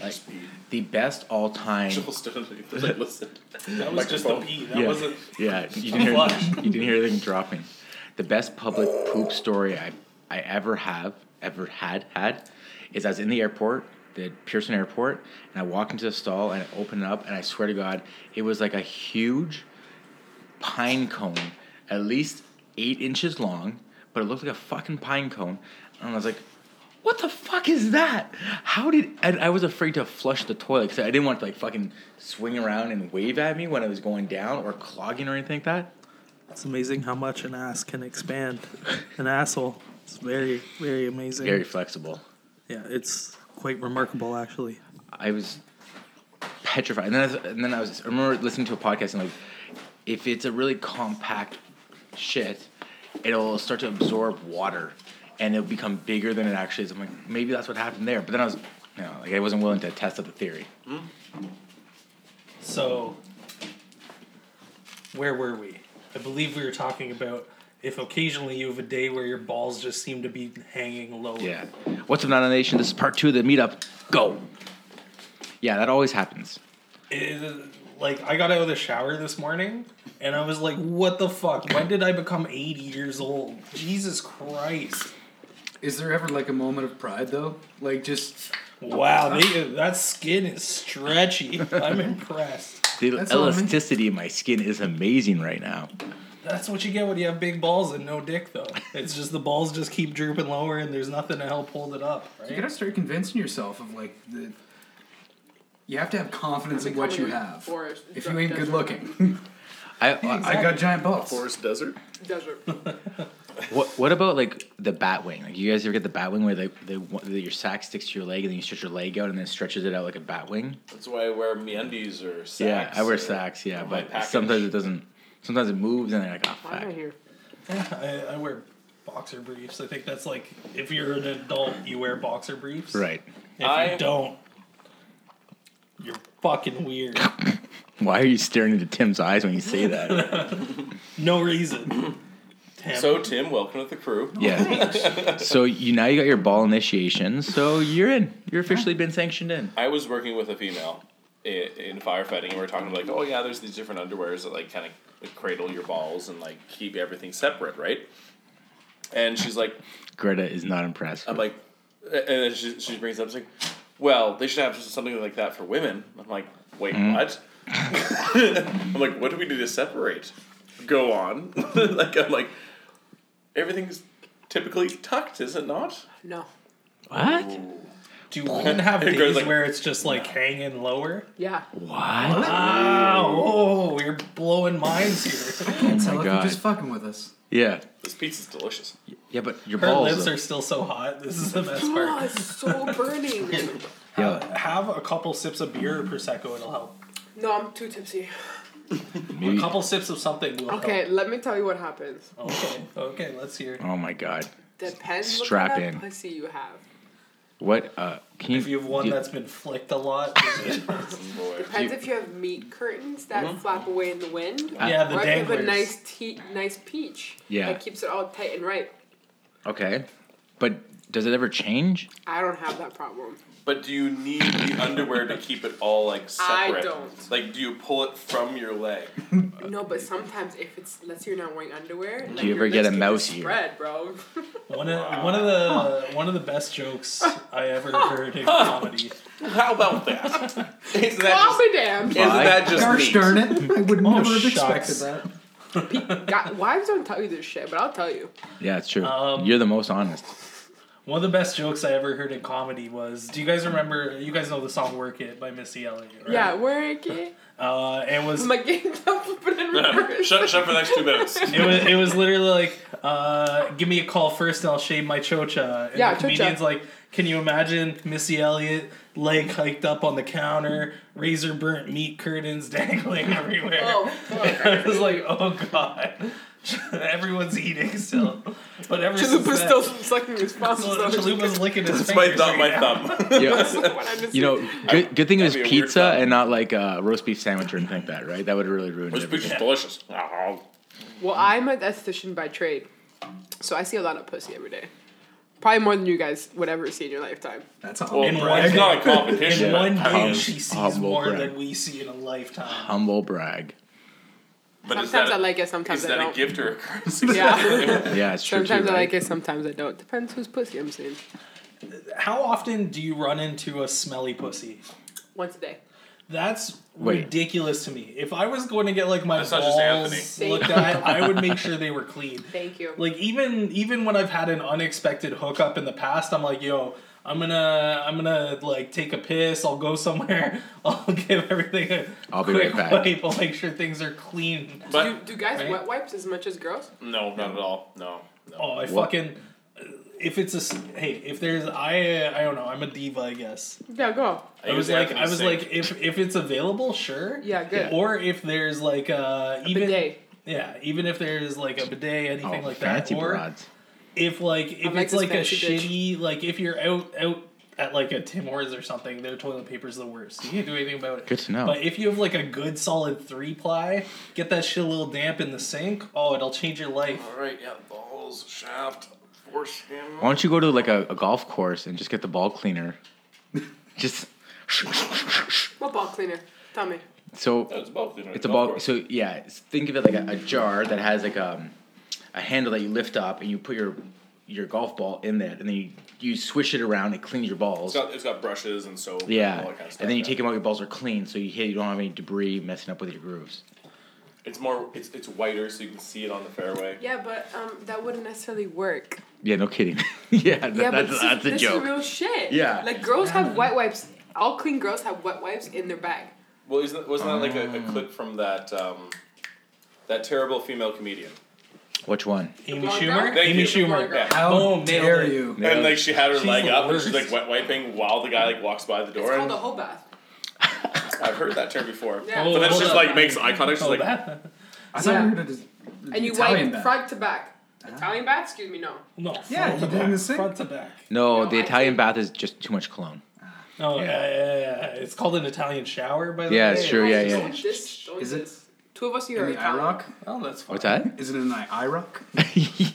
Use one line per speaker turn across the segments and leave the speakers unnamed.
Like,
speed.
the best all time.
Joel Sterling. They're like, listen.
That was just a
Microphone.
pee. That
Yeah,
wasn't.
yeah. You didn't
a
hear
flush.
you didn't hear anything dropping. The best public poop story I I ever have ever had had is I was in the airport, the Pearson Airport, and I walked into the stall and I opened it up and I swear to God, it was like a huge pine cone, at least eight inches long, but it looked like a fucking pine cone. And I was like, what the fuck is that? How did and I was afraid to flush the toilet because I didn't want it to like fucking swing around and wave at me when it was going down or clogging or anything like that.
It's amazing how much an ass can expand. An asshole. It's very, very amazing.
Very flexible.
Yeah, it's quite remarkable actually.
I was petrified. And then I, was, and then I was I remember listening to a podcast and like if it's a really compact shit, it'll start to absorb water and it'll become bigger than it actually is. I'm like, maybe that's what happened there. But then I was you know, like I wasn't willing to test out the theory.
So, where were we? I believe we were talking about if occasionally you have a day where your balls just seem to be hanging low.
Yeah. What's up, Nana Nation? This is part two of the meetup. Go. Yeah, that always happens.
It- like I got out of the shower this morning and I was like, "What the fuck? When did I become 80 years old? Jesus Christ!"
Is there ever like a moment of pride though? Like just
Wow, they, that skin is stretchy. I'm impressed.
The
That's all I mean.
elasticity in my skin is amazing right now.
That's what you get when you have big balls and no dick, though. It's just the balls just keep drooping lower and there's nothing to help hold it up.
you
Right?
gotta start convincing yourself of like the. You have to have confidence in what you have.
Forest.
If
de-
you ain't
desert.
good looking,
I, I,
I got giant balls.
Oh
Forest Desert.
Desert.
what what about like the bat wing? Like you guys ever get the bat wing where they, they, want- that your sack sticks to your leg and then you stretch your leg out and then it stretches it out like a bat wing?
That's why I wear meundies or sacks.
yeah, I
or-
wear sacks. Yeah,
my
but
package.
sometimes it doesn't. Sometimes it moves and then I got
Why am I
fuck.
here?
Yeah, I, I wear boxer briefs. I think that's like if you're an adult, you wear boxer briefs.
Right.
If
I-
you don't, you're fucking weird.
Why are you staring into Tim's eyes when you say that?
No reason. Damn.
So Tim, welcome to the crew.
yeah. So you now you got your ball initiation. So you're in. You're officially been sanctioned in.
I was working with a female i- in firefighting, and we were talking like, oh yeah, there's these different underwears that like kind of cradle your balls and like keep everything separate, right? And she's like,
Greta is not impressed.
I'm like, and then she, she brings up, she's like, well, they should have something like that for women. I'm like, wait, what? I'm like, what do we do to separate? Go on. like, I'm like, everything's typically tucked, is it not?
No.
what?
do women have
It
days
goes like-
where it's just like hanging lower?
Yeah.
What?
Oh, you're blowing minds here.
That's how
my
if you're
God.
just fucking with us.
Yeah.
This pizza's delicious.
Yeah, but your
Her
balls.
lips
though.
are still so hot. This is the best
Oh,
part.
it's so burning.
yeah,
Have a couple sips of beer or prosecco. It'll help.
no, I'm too tipsy.
A
maybe-
couple sips of something will
Okay, let me tell you what happens.
help. Okay. Okay. Let's hear.
Oh my god.
Depends what
Strap
kind
in.
of pussy you have.
What? Uh, can you?
If you have one
do-
that's been flicked a lot,
Oh, Boy.
Depends if you have meat curtains that flap away in the wind.
Uh,
yeah, the
or if you have a
danglers.
nice tea, nice peach
Yeah.
that keeps it all tight and right.
Okay, but does it ever change?
I don't have that problem.
But do you need the underwear to keep it all like
I
separate?
don't.
Like, do you pull it from your leg?
No, but sometimes if it's let's say you're not wearing underwear, like,
you
your
ever get a
legs can
mouse
just
ear?
Spread, bro.
One of one of the one of the best jokes I ever heard in comedy.
How about that? Isn't
I'll
that
be damned.
just, isn't that just
Gosh
neat?
darn it! I would never have
Oh, shucks.
expected that.
God, wives don't tell you this shit, but I'll tell you.
Yeah, it's true.
Um,
You're the most honest.
One of the best jokes I ever heard in comedy was. Do you guys remember? You guys know the song "Work It" by Missy Elliott, right?
Yeah, work it.
Uh, it was
I'm like, put it in reverse.
shut, shut for the next two minutes.
it was it was literally like, uh, give me a call first and I'll shave my chocha. And
Yeah,
the comedian's
chocha.
like, can you imagine Missy Elliott leg hiked up on the counter, razor burnt meat curtains dangling everywhere?
Oh, fuck.
I was like, oh god, everyone's eating still, but ever since
Chalupa's
that-
still sucking his palms.
So
so-
Chalupa's licking his
It's my
fingers.
thumb,
right
my
now.
thumb.
Yeah,
What I just
you know,
said.
good, good thing it was
That'd be a weird
pizza
thought.
and not like a roast beef sandwich or anything like that, right? That would really ruin
This
everything.
pizza's delicious.
Well, I'm a esthetician by trade, so I see a lot of pussy every day. Probably more than you guys would ever see in your lifetime.
That's all.
Well,
In
it's
one
not a
day.
competition.
In
but
one day,
Humble-
she sees
humble
more
brag.
than we see in a lifetime.
Humble brag.
but is
sometimes
that-
I like it, sometimes
is
I
that
don't.
a gift or a curse?
Yeah.
Yeah, it's true. too,
sometimes I
right?
like it, sometimes I don't. Depends whose pussy I'm seeing.
How often do you run into a smelly pussy?
Once a day.
That's
Wait.
ridiculous to me. If I was going to get like my
That's not just
balls
Anthony.
looked at, I would make sure they were clean.
Thank you.
Like even even when I've had an unexpected hookup in the past, I'm like, yo, I'm gonna I'm gonna like take a piss. I'll go somewhere. I'll give everything. A
I'll be
quick
right back.
Wipe. I'll make sure things are clean.
But
do, do guys
Right?
wet wipes as much as girls?
no, not at all. No. no.
Oh, I
Wha-
fucking. If it's a s- hey, if there's I uh, I don't know. I'm a diva, I guess.
Yeah, go.
I was like I
Anthony's
was
saying-
like if if it's available, sure.
Yeah, good.
Or if there's like uh even
Bidet.
yeah even if there's like a bidet anything
Oh,
like that
fancy
or
broads.
if like if
like
it's
this
like a
fancy bitch.
shitty like if you're out out at like a Tim Hortons or something, their toilet paper's the worst. You can't do anything about it.
Good to know.
But if you have like a good solid three ply, get that shit a little damp in the sink. Oh, it'll change your life.
All right, yeah, balls, shaft, foreskin.
Why don't you go to like a, a golf course and just get the ball cleaner? Just
What ball cleaner? Tell me.
so
It's both. You know,
It's a ball. So yeah, it's- think of it like a, a jar that has like um, a handle that you lift up and you put your your golf ball in there, and then you, you swish it around and clean your balls.
It's got, it's got brushes and soap.
yeah,
and, all that kind of stuff,
and then you
yeah.
take them out. Your balls are clean, so you hit. You don't have any debris messing up with your grooves.
It's more. It's it's whiter, so you can see it on the fairway.
Yeah, but um, that wouldn't necessarily work.
Yeah, no kidding. yeah, that,
Yeah,
that's,
but this,
that's
is,
a
this
joke.
is real shit.
Yeah.
Like girls have wet wipes. All clean girls have wet wipes in their bag.
Well, isn't that, wasn't that like a, a clip from that um, that terrible female comedian?
Which one?
Amy
Blonde
Schumer.
girl?
Thank
Amy
you.
Schumer.
Yeah.
How
Boom, Oh, nailed
dare
it.
you?
Yeah.
And like she had her
She's
leg
the
up and she's
worst.
like wet wiping while the guy like walks by the
It's
door.
called
And
a whole bath.
I've heard that term before.
Yeah.
Oh,
But then
hold
she's
up.
like makes eye contact. She's
Oh,
like,
that-
I thought
Yeah.
you heard it as
And you
Italian Uh-huh.
wipe
back.
front to back. Italian bath? Excuse me, no.
no.
Yeah,
front to
you did in
back,
the sink.
Front to back.
No,
No,
the
I
Italian
think-
bath is just too much cologne.
No,
Yeah.
Oh, yeah. yeah, yeah. it's called an Italian shower by the
Yeah,
way.
it's true, yeah, yeah.
Don't this, don't
Is it-
this. Two of us here
In
are
the IROC?
Oh, that's fine.
What's that?
Is it in the IROC?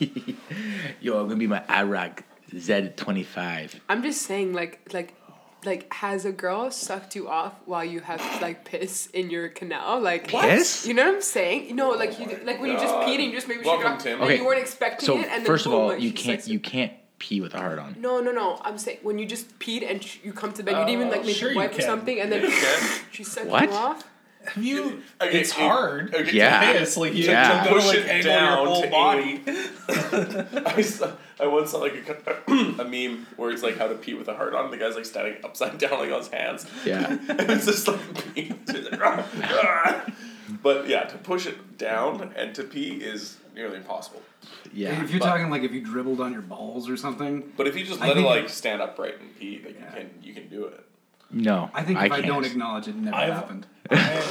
Yo, I'm gonna be my Iraq Z25.
I'm just saying, like, like, like, has a girl sucked you off while you have like piss in your canal? Like,
Yes?
You know what I'm saying? No, like you, like when you just peed and you just maybe shook it
Welcome,
off,
Tim.
and
Okay,
you weren't expecting
So
it. And then
first of
boom,
all,
like,
you
she
can't
sucks
you
it.
can't pee with a heart on.
No, no, no. I'm saying when you just peed and sh- you come to bed, you didn't even like maybe
sure you
wipe or
can.
something, and then
can.
she sucked
What?
you off.
Have you?
Okay,
it's
it-
hard.
okay,
Yeah.
It's like you
Yeah.
have to
Push
like,
it
angle
down
your whole
to
body.
I, saw, I once saw like a, co- a meme where it's like how to pee with a heart on. and The guy's like standing upside down like on his hands.
Yeah.
and it's just like peeing. It's like, "Rah, rah." but yeah, to push it down and to pee is nearly impossible.
Yeah.
if you're
but-
talking like if you dribbled on your balls or something,
But if you just
I
let it
think-
like stand upright and pee, like
Yeah.
you can you can do it.
No.
I think if I,
can't.
don't acknowledge it, it never
I've-
happened.
I,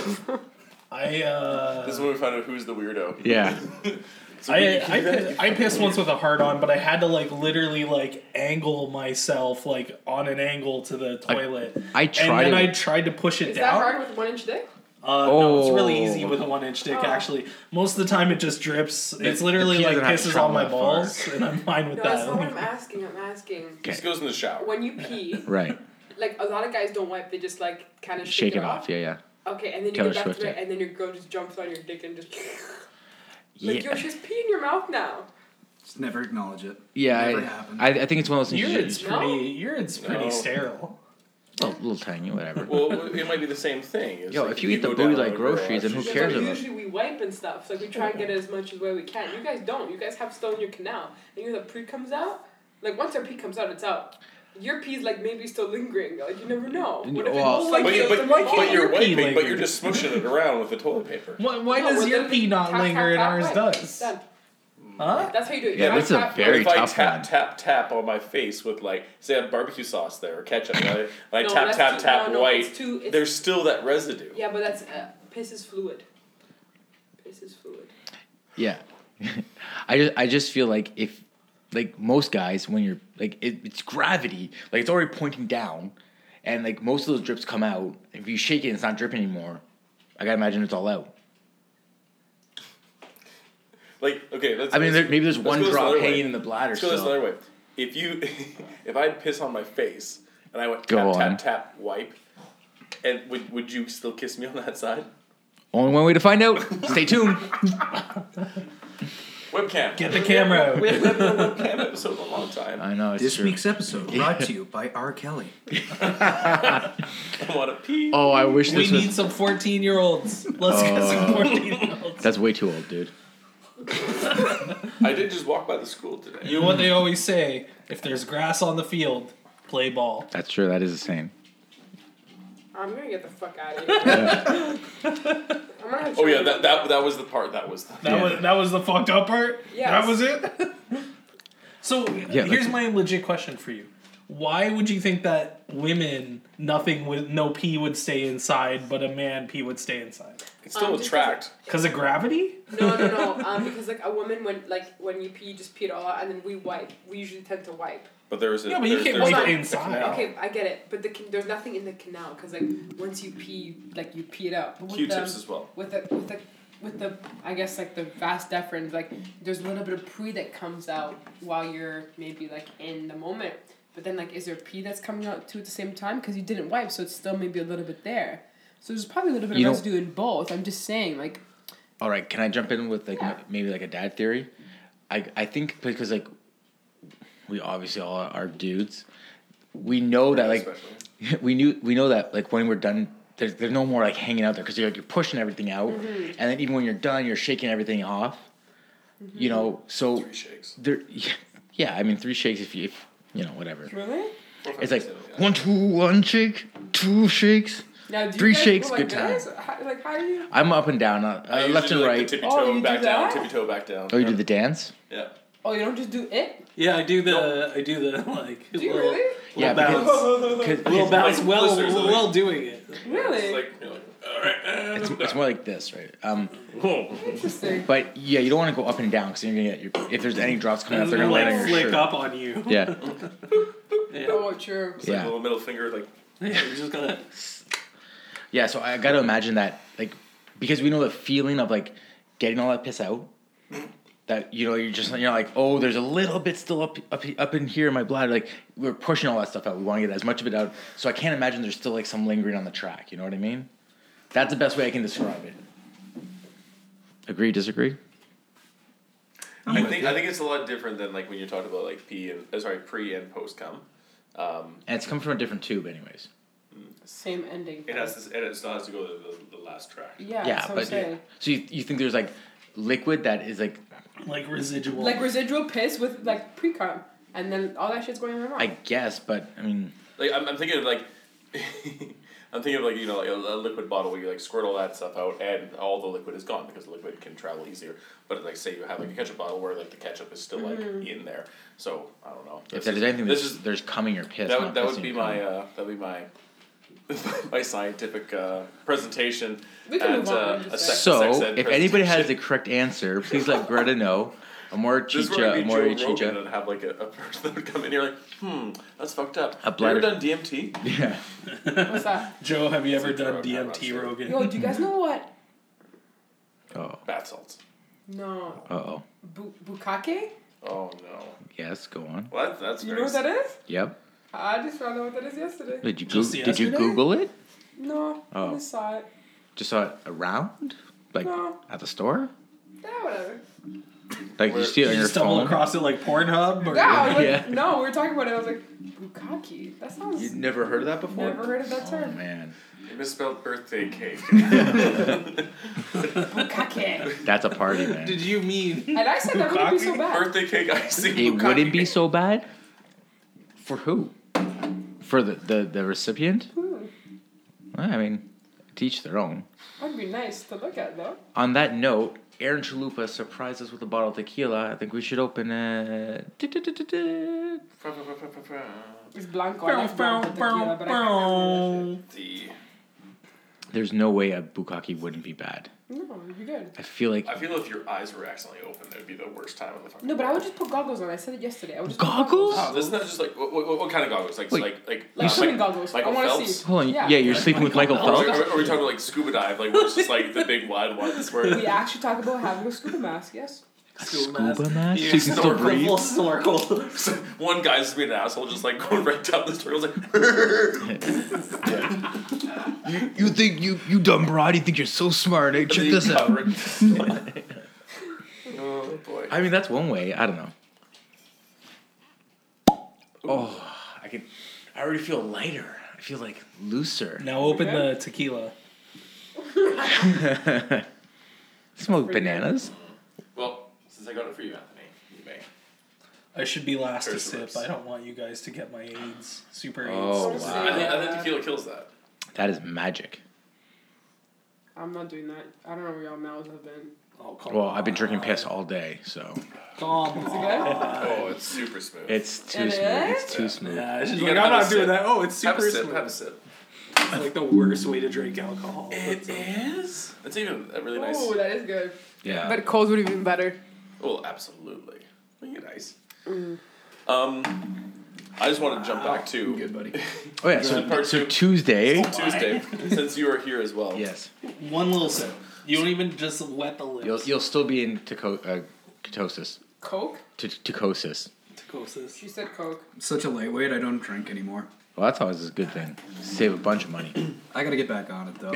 I,
This is
uh,
when we found out who's the weirdo.
Yeah.
So we-
I, I, pi- I pissed once with a hard on, but I had to like literally like angle myself like on an angle to the toilet.
I tried
And then
it-
I tried to push it
Is that
down.
hard with one inch dick?
Uh, no, it's really
Oh.
easy with a one inch dick.
Oh.
Actually, most of the time it just drips. It's
the
literally
pee
like
doesn't have to
pisses
travel
on my
that far.
balls, and I'm fine with
No, that's
that.
not what I'm asking. I'm asking
This goes in the shower.
when you pee.
Right.
Like a lot of guys don't wipe; they just like kind of
Shake it off. Yeah, yeah.
Okay, and then you
Taylor
go back
Swift,
to it,
yeah.
and then your girl just jumps on your dick and just like
Yeah.
yo, she's peeing in your mouth now.
Just never acknowledge it. Never
Yeah.
happened.
I, I, I think it's one of those things. you
Urine's
just-
No?
pretty. Urine's pretty
No.
sterile.
a little, little tiny, whatever.
well, it might be the same thing. It's
Yo,
like
if you eat the
go
booty
down
like
on a girl,
groceries, then who
she's
Because,
cares
like,
about-
usually we wipe and stuff. So, like we try and get as much as way we can. You guys don't. You guys have still in your canal, and you know the pre comes out. Like once our pee comes out, it's out. Your pee's like maybe still lingering. Like you never know. What if
Well,
it goes
But
like
But, you,
this
but,
and why can't
but
you-
you're
your pee
wiping, but you're
linger?
just smooshing it around with the toilet paper.
Why, why
No,
does
well,
your
then
pee not
tap,
linger and
tap,
ours
tap, wipe.
does?
Done.
Huh?
That's how you do it.
Yeah,
Tap,
this is a
tap,
very-
if I
wipe.
tough
tap
one.
tap tap on my face with like say I have barbecue sauce there or ketchup, and I, and I
No,
tap
that's
tap
too-
tap
no, no,
white,
it's too- it's-
there's still that residue.
Yeah, but that's uh, piss is fluid. Piss is fluid.
Yeah. I just I just feel like if like most guys when you're like it, it's gravity like it's already pointing down, and like most of those drips come out. If you shake it, and it's not dripping anymore. I gotta imagine it's all out.
Like okay, let's.
I
let's-
mean, there, maybe there's
let's
one
go this
drop
other way.
hanging in the bladder.
Let's go this
still.
other way. if you if I had piss on my face and I went
Go
tap
on.
tap tap wipe, and would would you still kiss me on that side?
Only one way to find out. Stay tuned.
Webcam.
Get the camera out.
We haven't done a webcam episode in a long time.
I know it's
This
true.
week's episode brought to you by R. Kelly.
I want to pee.
oh, I wish
We
this
need
was.
some 14 year olds. Let's get
Oh.
some 14 year olds.
That's way too old, dude.
I did just walk by the school today.
You know what they always say if there's grass on the field, play ball.
That's true. That is the same.
I'm gonna get the fuck out of here. I'm gonna have
Oh yeah,
to-
that, that that was the part. That was the
That
Yeah.
was that was the fucked up part.
Yes.
That was it. so
Yeah,
here's
like-
my legit question for you: Why would you think that women nothing with no pee would stay inside, but a man pee would stay inside?
it's still
Um,
a
just-
tract.
Because of gravity?
No, no, no. Um, because like a woman when like when you pee, you just pee it all out, and then we wipe. We usually tend to wipe.
But there is a
Yeah, but you
there's-
can't
there's
wipe
a-
it
inside.
canal.
Okay, I get it, but the, can- there's nothing in the canal because like once you pee, like you pee it out. But with
Q-tips
the-
as well.
With the with the with the I guess like the vast deferens, like there's a little bit of pee that comes out while you're maybe like in the moment, but then like is there pee that's coming out too at the same time because you didn't wipe, so it's still maybe a little bit there. So there's probably a little bit
You
of
don't-
residue in both. I'm just saying, like
All right, can I jump in with like
Yeah.
m- maybe like a dad theory? I I think because like we obviously all are dudes. We know that like
Especially.
we knew we know that like when we're done there's, there's no more like hanging out there because you're, you're pushing everything out
Mm-hmm.
and then even when you're done you're shaking everything off
Mm-hmm.
you know so
Three shakes.
there yeah, yeah i mean three shakes if you if, you know whatever
really.
it's like one two one shake two shakes
Now, do you
Three
guys
shakes,
go
good
like
time.
this? How- like how do you?
i'm up and down uh,
I
uh,
usually
left
do,
and
like,
right
The tippy toe
Oh, you
back
do
down,
that?
tippy toe back down.
oh you do the dance
Yeah.
Oh, you don't just do it.
Yeah, I do the I do the like
Do you really?
yeah
bounce.
because,
little
'cause
bounce
like
well
blisters, like-
well doing it.
Really?
It's like, you're like, all right. And
it's, it's more like this right um
boom.
Interesting.
but yeah you don't want to go up and down because you're gonna get your if there's any drops coming up
It's
they're
gonna
gonna land
like
on your
flick
shirt
up on you.
yeah
Oh, true.
It's like
Yeah.
a little middle finger, like
Yeah, you just gotta
Yeah, so I got to imagine that, like, because we know the feeling of like getting all that piss out. That you know, you're just you're like, oh, there's a little bit still up up up in here in my bladder. Like we're pushing all that stuff out. We want to get as much of it out. So I can't imagine there's still like some lingering on the track. You know what I mean? That's the best way I can describe it. Agree? Disagree? Oh
I think I think it's a lot different than like when you talked about like pee and uh, sorry pre and post cum.
And it's coming from a different tube, anyways.
Same ending.
It has this and it still has to go to the, the last track.
Yeah,
yeah,
that's what I'm
but
saying.
so you, you think there's like liquid that is like
like residual.
Like residual piss with like pre cum, and then all that shit's going in my mouth.
I guess, but I mean,
Like I'm, I'm thinking of like I'm thinking of like you know like a, a liquid bottle where you like squirt all that stuff out and all the liquid is gone because the liquid can travel easier. But like say you have like a ketchup bottle where like the ketchup is still like
Mm-hmm.
in there. So I don't know.
if
This
there's
is-
anything
this
that's
is
there's coming your piss.
that
not
would, that would
pissing
be
your
my
cum.
uh, that would be my my scientific uh, presentation
We can
at
move on,
uh,
I'm just
a sex,
saying.
sex
So,
ed
if anybody has the
presentation.
correct answer, please let Greta know. Amor
This is where
chicha,
we
amor
Joe Rogan
chicha.
and have like a, a person that would come in here like, hmm, that's fucked up.
A
Have you ever
bladder-
done DMT?
Yeah.
What's that?
Joe, have you ever
It's a
done
drug, I'm not
DMT,
sure.
Rogan?
Yo, do you guys know what?
Oh.
Bath salts.
No,
Uh oh.
Bu- bukake.
Oh no.
Yes. Go on.
Well, that, that's
You know
very
what that is?
Yep.
I just found out what that is yesterday.
Did you go-
Just
Did you
yesterday?
Google it?
No,
Oh.
I just saw it.
Just saw it around, like
No.
at the store.
Yeah, whatever.
Like
Where-
you see it
Did
on
you
your
stumble
phone.
across it like Pornhub? Or
Yeah, I was like,
Yeah.
no, we were talking about it. I was like, bukake. That sounds.
You've never heard of that before.
Never heard of that
Oh
term.
man,
You misspelled birthday cake.
Bukake.
that's a party, man.
Did you mean
And I said that wouldn't be so
Bukkake?
bad.
birthday cake icing.
It
bukkake.
wouldn't be so bad. For who? For the the, the recipient?
Hmm.
Well, I mean, teach their own.
That'd be nice to look at though.
On that note, Aaron Chalupa surprised us with a bottle of tequila. I think we should open it. Du-du-du-du-du.
It's blanco. I like blanco tequila, but I can't
Bow,
The-
There's no way a bukkake wouldn't be bad.
do that shit. No, it'd be good.
I feel like
I feel if your eyes were accidentally open, that would be the worst time in the fucking
No, but I
world.
would just put goggles on. I said it yesterday. I would just
goggles.
Oh, isn't that just like what, what, what kind of goggles? Like
Wait.
like like
Like
uh,
swimming goggles.
Michael
I wanna
Phelps?
see.
Hold on. Yeah,
Yeah.
you're sleeping with Michael
Or,
Phelps.
are, are we talking about like scuba dive? Like where it's just like the big wide ones
put on. We
where
actually talk about having a scuba mask. Yes.
Scuba
Yeah.
mask? So you can still
Snorkel.
breathe?
Full snorkel.
So one guy's just being an asshole, just like going right down the turtle's like,
You think, you, you dumb broad, you think you're so smart. eh? Check this out.
oh boy.
I mean, that's one way. I don't know. Oh, I can. I already feel lighter. I feel like looser.
Now open the tequila.
Smoke bananas.
Well, since I got it for you, Anthony, you may.
I should be last to
Curse
sip.
words.
I don't want you guys to get my AIDS, super AIDS.
Oh wow,
I, think, I think tequila kills that.
that is magic.
I'm not doing that. I don't know where y'all mouths have been.
Oh, come
Well, I've been drinking piss all day, so
Come
Is it
on.
good?
Oh, it's super smooth.
it's too
It
smooth. It's
is?
too smooth.
Yeah, she's
You
like,
gotta have
I'm
a
not doing
sip.
that. Oh, it's
have
super
a sip.
smooth.
Have a sip.
It's like the worst way to drink alcohol. That's all.
is. It's even a really nice.
Oh, that is good.
Yeah.
But cold would have been better.
Well, absolutely. Make it nice. Um, I just want to jump back to
Good buddy.
oh yeah.
Good
So,
part
so
two.
Tuesday.
Tuesday, since you are here as well.
Yes.
One little sip. You don't even just wet the lips.
You'll you'll still be in tico- uh, ketosis.
Coke?
T- ticosis.
Tacosis.
She said Coke.
Such a lightweight. I don't drink anymore.
Well, that's always a good thing. Save a bunch of money.
I gotta get back on it though.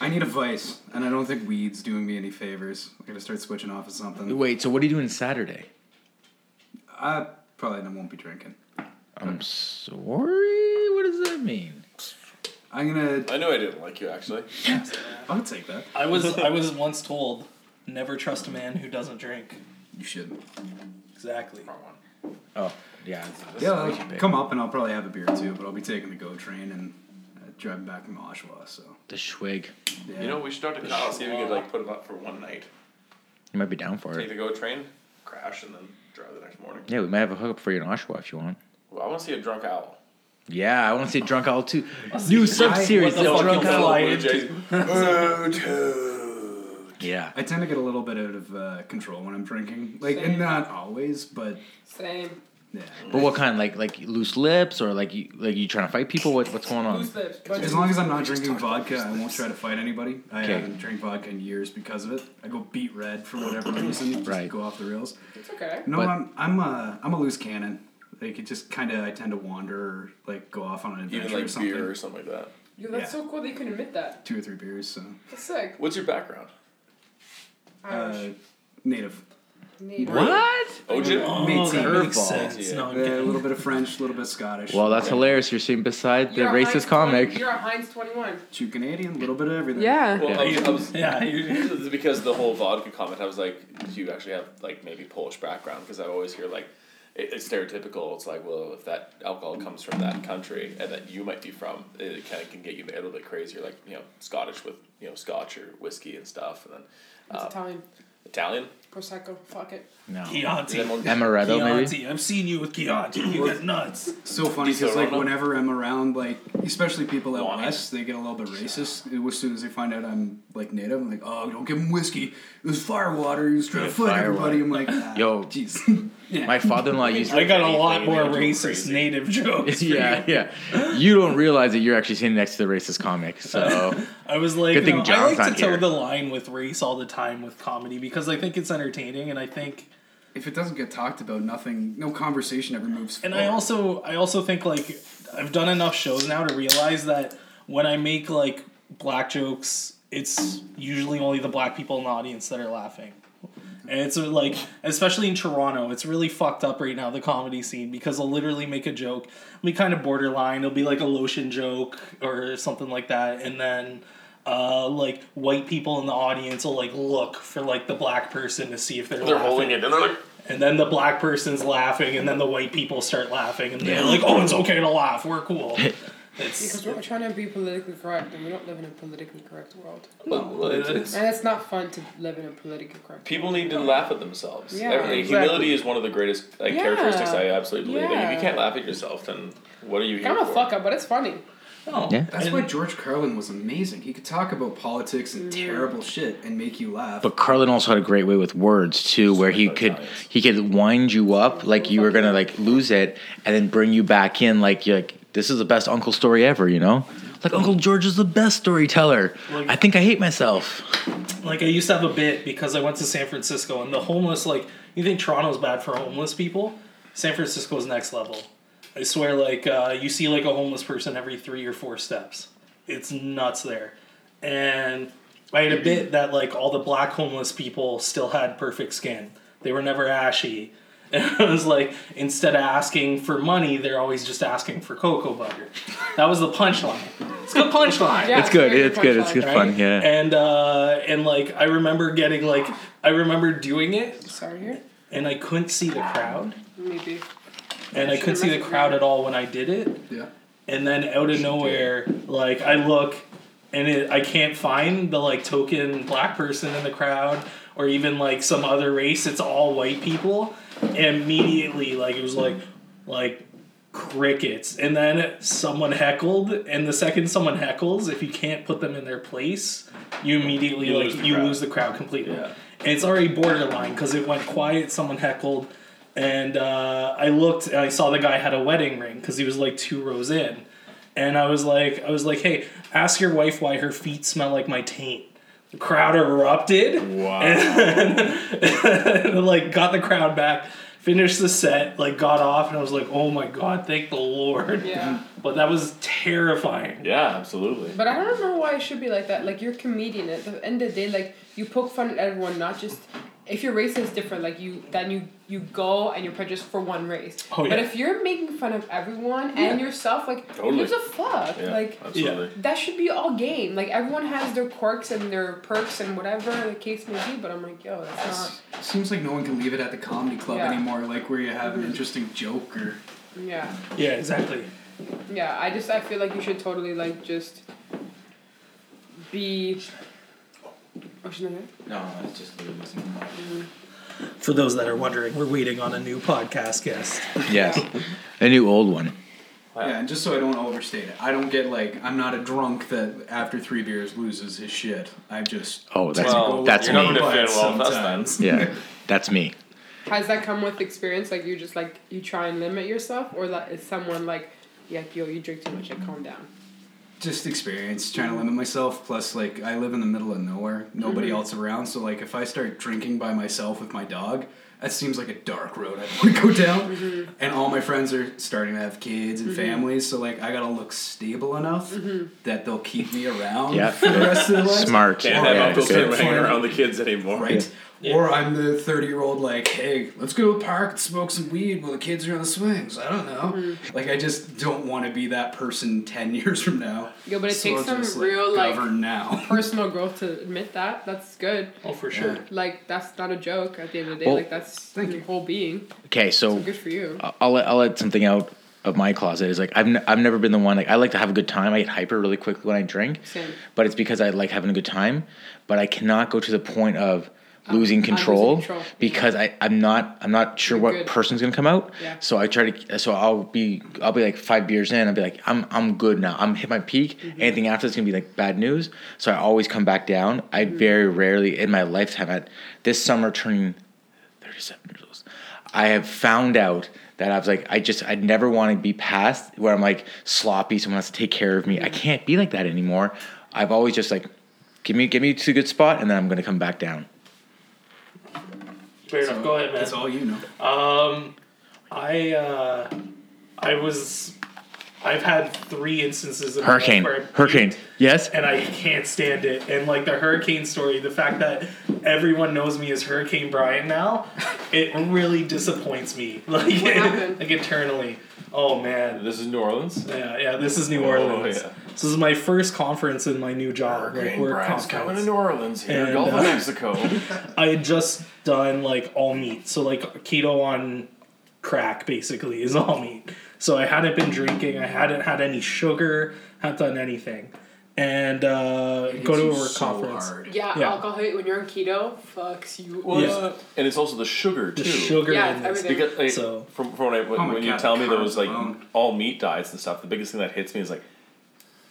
I need a vice, and I don't think weed's doing me any favors. I gotta start switching off of something.
Wait. So what are you doing Saturday?
I probably won't be drinking.
I'm sorry. What does that mean?
I'm gonna.
I know I didn't like you actually.
I'll take that.
I was I was once told, never trust a man who doesn't drink.
You should.
Exactly.
Oh yeah.
Yeah, I'll
big.
come up and I'll probably have a beer too, but I'll be taking the GO train and uh, driving back from Oshawa. So
The Schwig.
yeah.
You know, we should talk to Kyle see if we could like put him up for one night.
You might be down for
Take
it.
the go train, crash, and then drive the next morning.
Yeah, we might have a hookup for you in Oshawa if you want.
Well, I want to see a drunk owl.
Yeah, I want to see Drunk Owl 2. New sub series,
what the fuck
Drunk
you
Owl.
fly
Blue
into-
Jays. Oh, dude.
Yeah.
I tend to get a little bit out of uh, control when I'm drinking, like,
Same.
and not always, but
Same.
yeah.
But what kind? Like like loose lips or like you like you trying to fight people? What what's going on?
Loose lips.
As long as I'm not drinking vodka, I won't try to fight anybody. I
Okay.
haven't drank vodka in years because of it. I go beat red for whatever reason, just
Right.
go off the rails.
It's okay.
No,
But-
I'm I'm a I'm a loose cannon. Like it just kind of I tend to wander, like go off on an adventure
Even
or
like
something.
beer or something like that.
Yo, that's
Yeah.
so cool that you can admit that.
Two or three beers. So
That's sick.
What's your background?
uh,
Irish.
native,
Need.
What?
OJ?
Meat
Oh, that
team.
makes
Curveballs.
sense.
Yeah.
No, I'm
Uh, a
kidding.
little bit of French, a little bit of Scottish.
Well, that's hilarious. You're sitting beside the
You're a Heinz
racist
20
comic.
You're a Heinz 21.
two Canadian, a little bit of everything.
Well, I was, I was,
Yeah, you,
because the whole vodka comment, I was like, do you actually have like maybe Polish background? Because I always hear like it, it's stereotypical. It's like, well, if that alcohol comes from that country and that you might be from, it kind of can get you a little bit crazy. Like you know, Scottish with you know Scotch or whiskey and stuff, and then
It's
uh,
Italian.
Italian.
Prosecco. Fuck it.
No.
And then
Chianti.
one-
Amaretto maybe.
Chianti. I've seen you with Chianti. You get nuts.
So funny
Diesel
because like
Rona.
whenever I'm around, like especially people out
Wine.
west, they get a little bit racist as soon as they find out I'm like native. I'm like, oh, don't give him whiskey. It was fire water. He was trying to fight
fire
everybody. I'm like, ah,
Yo.
jeez.
My father-in-law used.
I got a lot
Anything,
more
they'll do
racist
crazy.
native jokes. for
Yeah,
you.
yeah. You don't realize that you're actually sitting next to the racist comic. So
I was like,
Good thing
no, I
John's
like to
not
toe
here.
the line with race all the time with comedy because I think it's entertaining and I think
if it doesn't get talked about, nothing, no conversation ever moves.
and I
Oh.
also
forward.
I also think like I've done enough shows now to realize that when I make like black jokes, it's usually only the black people in the audience that are laughing. And it's uh, like, especially in Toronto, it's really fucked up right now, the comedy scene, because they'll literally make a joke, be kind of borderline, it'll be like a lotion joke or something like that, and then uh, like white people in the audience will like look for like the black person to see if they're,
They're
laughing.
holding it, and they're like,
And then the black person's laughing, and then the white people start laughing, and they're
Yeah.
like, "Oh, it's okay to laugh. We're cool."
Because
It's
we're trying to be politically correct and we don't live in a politically correct world.
well, it's- it's-
And it's not fun to live in a politically correct
people need to laugh at themselves.
Yeah,
Every-
exactly.
Humility is one of the greatest like
Yeah.
characteristics I absolutely believe. in. if
Yeah.
you can't laugh at yourself, then what are you here
world. I'm
for?
a fuck up, but it's funny.
no.
Yeah.
That's why George Carlin was amazing. He could talk about politics and terrible shit and make you laugh.
But Carlin also had a great way with words too, where he could he could wind you up like you were gonna like lose it, and then bring you back in like you're like this is the best uncle story ever, you know? Like Uncle George is the best storyteller. I think I hate myself.
like I used to have a bit because I went to San Francisco and the homeless like you think Toronto's bad for homeless people, San Francisco's next level. I swear, like uh, you see like a homeless person every three or four steps. It's nuts there, and I had a bit that like all the black homeless people still had perfect skin. They were never ashy. And it was like instead of asking for money, they're always just asking for cocoa butter. That was the punchline. It's a good punchline
Yeah,
It's good.
very
It's good. It's
punchline.
good fun. Yeah.
and uh and like i remember getting like i remember doing it
Sorry here.
and i couldn't see the crowd
Maybe.
and i couldn't see the crowd at all when i did it
Yeah.
and then out of nowhere like i look and it, i can't find the like token black person in the crowd or even like some other race it's all white people and immediately like it was like like crickets and then someone heckled and the second someone heckles if you can't put them in their place you immediately
You
like
lose the
you
crowd.
lose the crowd completely
Yeah.
and it's already borderline because it went quiet someone heckled and uh, i looked and i saw the guy had a wedding ring because he was like two rows in and i was like i was like hey ask your wife why her feet smell like my taint the crowd erupted
Wow.
and, like got the crowd back finished the set like got off and i was like oh my god thank the lord
Yeah.
but that was terrifying
yeah, absolutely.
But I don't know why it should be like that. Like you're a comedian. At the end of the day, like you poke fun at everyone, not just if your race is different. Like you, then you you go and you're prejudiced for one race.
Oh, yeah.
But if you're making fun of everyone and yourself, like
Totally.
who's a fuck?
Yeah,
Like
absolutely.
that should be all game. Like everyone has their quirks and their perks and whatever the case may be. But I'm like, yo, that's not.
Seems like no one can leave it at the comedy club
Yeah.
anymore, like where you have an interesting joke or.
Yeah,
yeah exactly
yeah. I just I feel like you should totally like just be. Oh, she's not here?
No, it's just
for those that are wondering we're waiting on a new podcast guest
yes, a new old one.
Yeah, and just so I don't overstate it, I don't get like I'm not a drunk that after three beers loses his shit. I just
Oh, that's
Well,
that's
you're not
me.
gonna fit well with us then.
sometimes.
Yeah, that's me.
Has that come with experience? Like you just like you try and limit yourself, or that is someone like, yeah, yo, you drink too much, like calm down.
Just experience, trying to limit myself. Plus, like I live in the middle of nowhere, nobody else around. So like if I start drinking by myself with my dog, that seems like a dark road I don't want to go down. And all my friends are starting to have kids and families, so like I gotta look stable enough that they'll keep me around
Yeah.
for the rest of their life.
Smart.
Can't
Yeah,
have Uncle
it's
okay.
Sam
good.
Sam
hanging
Fine.
around the kids anymore.
right? Or I'm the 30 year old, like, hey, let's go to the park and smoke some weed while the kids are on the swings. I don't know.
Mm-hmm.
Like, I just don't want to be that person 10 years from now.
Yo, but it
So
takes
I'll
some
just,
real, like-
govern now.
Personal growth to admit that that's good.
oh for sure
Like that's not a joke. At the end of the day,
Well, Uh,
like that's
thank
your
you.
whole being.
Okay,
So
so
good for you.
I'll- I'll let, I'll let something out of my closet. Is like I've n- I've never been the one like I like to have a good time. I get hyper really quickly when I drink,
Same.
but it's because I like having a good time. But I cannot go to the point of losing
Um, I'm losing
control,
control.
because I I'm not I'm not sure
You're
what
good.
person's gonna come out.
Yeah.
So I try to so I'll be I'll be like five beers in. I'll be like I'm I'm good now. I'm hit my peak. Anything after it's gonna be like bad news. So I always come back down. I very rarely in my lifetime at this summer turning 37 years old. I have found out that I was like, I just, I never want to be past where I'm like sloppy. Someone has to take care of me. I can't be like that anymore. I've always just like, give me, give me to a good spot, and then I'm gonna come back down.
fair enough go ahead man
That's all you know.
Um, I uh, I was I've had three instances of
Hurricane,
where I-
hurricane. Yes.
and I can't stand it. And like the hurricane story, the fact that everyone knows me as Hurricane Brian now, it really disappoints me. Like
happened?
like internally. Oh man.
This is New Orleans.
Yeah, yeah. This is New
Oh,
Orleans.
yeah.
This is my first conference in my new job. like we're
Brian's coming to
conference.
New Orleans here,
And,
Gulf
uh,
of Mexico.
I had just done like all meat, so like keto on crack basically is all meat. So I hadn't been drinking, I hadn't had any sugar, hadn't done anything, and uh, go to a work conference.
Yeah,
Yeah.
alcohol hit when you're on keto fucks you.
Well,
Yeah.
it's- and it's also the sugar
The
too.
sugar
Yeah,
in this.
everything.
Because like,
So-
from, from when, I, when,
Oh my
when you
God,
tell me those
carbs
like
alone.
all meat diets and stuff, the biggest thing that hits me is like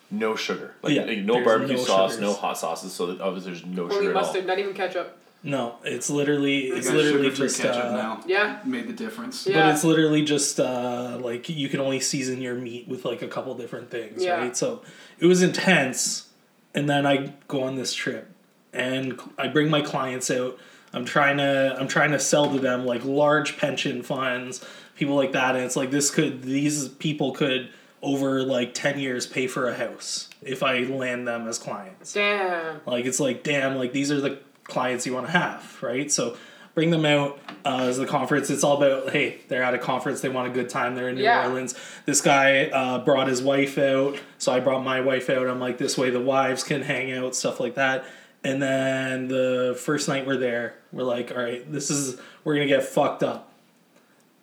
no sugar, like,
Yeah,
like, no
there's
barbecue
no
sauce,
sugars.
no hot sauces. So that obviously there's no
Only
sugar at all.
mustard, not even ketchup.
No, it's literally
It's
it's
literally
literally
free
just
ketchup
uh,
now.
Yeah.
Made the difference.
Yeah.
But it's literally just uh, like you can only season your meat with like a couple different things,
Yeah.
right? So it was intense. And then I go on this trip and cl- I bring my clients out. I'm trying to I'm trying to sell to them like large pension funds, people like that, and it's like this could these people could over like ten years pay for a house if I land them as clients.
Damn.
Like it's like, damn, like these are the clients you want to have, right? So bring them out uh, as the conference. It's all about hey, they're at a conference, they want a good time, they're in New
Yeah.
Orleans. This guy uh, brought his wife out, so I brought my wife out. I'm like, this way the wives can hang out, stuff like that. And then the first night we're there, we're like, all right, this is we're gonna get fucked up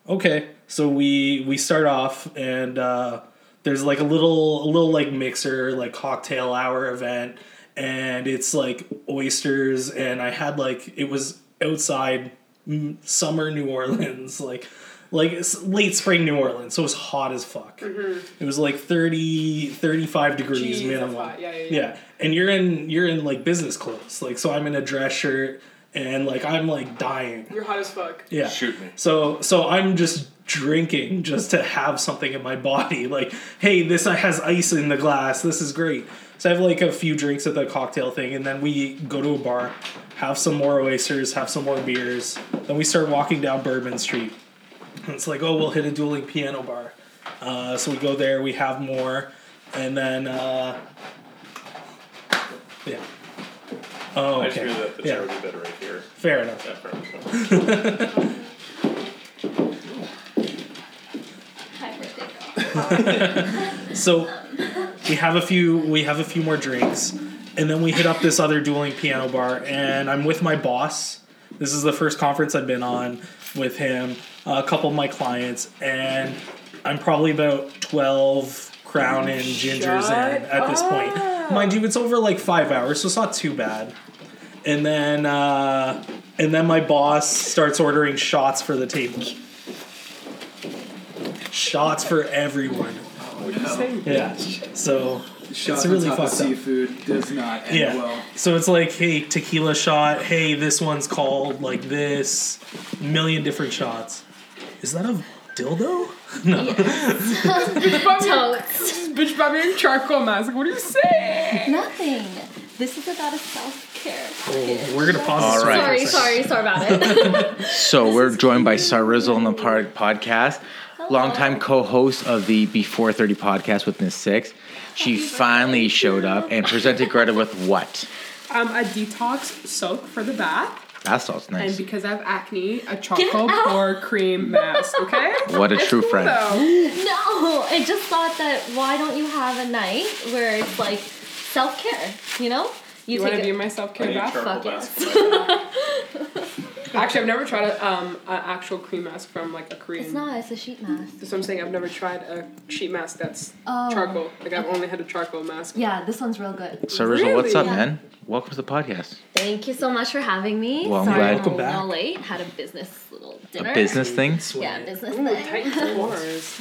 okay so we we start off and uh there's like a little a little like mixer like cocktail hour event and it's like oysters and i had like it was outside mm, summer new orleans like like it's late spring new orleans so it was hot as fuck it was like 30 35 degrees
Jeez, that's
minimum
hot. Yeah, yeah, yeah.
yeah and you're in you're in like business clothes like so i'm in a dress shirt and like i'm like dying
You're hot as fuck.
yeah.
Shoot me.
So so I'm just drinking just to have something in my body. Like, hey, this has ice in the glass. This is great. So I have like a few drinks at the cocktail thing, and then we go to a bar, have some more oysters, have some more beers. Then we start walking down Bourbon Street. And it's like, oh, we'll hit a dueling piano bar. Uh, so we go there, we have more, and then uh, yeah. Oh,
I just
okay.
feel that the chair
Yeah,
would be better right here.
fair enough.
Yeah, for-
Hi, birthday girl.
So we have a few we have a few more drinks and then we hit up this other dueling piano bar and I'm with my boss. This is the first conference I've been on with him, a couple of my clients and I'm probably about 12 crown and gingers in
Shut
at this point.
up.
Mind you, it's over like 5 hours, so it's not too bad. And then uh and then my boss starts ordering shots for the table. Shots for everyone. Yeah. So it's
Shots on
really
top of
fucked up.
seafood does not end
Yeah.
well.
So it's like, hey, tequila shot. Hey, this one's called like this. Million different shots. Is that a dildo?
Totes.
This bitch brought me in charcoal mask. What are you saying?
Nothing. This is about a self care.
Oh, we're gonna pause. this
All right.
for a
Sorry,
second.
sorry, sorry about it.
So we're joined by Sar Rizzle on the pod- podcast, longtime co-host of the Before Thirty podcast with Miss Six. She finally showed up and presented Greta with what?
Um, a detox soak for the bath.
That sounds
And
nice.
because I have acne, a charcoal
out.
pore cream mask, okay?
What a
It's
true
cool,
friend.
though.
no, I just thought that why don't you have a night where it's like self care, you know?
You want to be in my self care
I need
bath?
charcoal
fuck it.
mask for my-
Actually, I've never tried a, um, an actual cream mask from like a Korean.
It's not, it's a sheet mask.
That's what I'm saying. I've never tried a sheet mask that's
Oh.
charcoal. Like I've only had a charcoal mask.
Yeah, this one's real good.
Sar Rizzle, what's up,
Really?
man? Welcome to the podcast.
Thank you so much for having me.
Well, I'm
sorry,
glad-
I'm a
Welcome
little
back.
late. Had a business little dinner.
A business thing.
Yeah, business.
Ooh,
thing.
tight pores.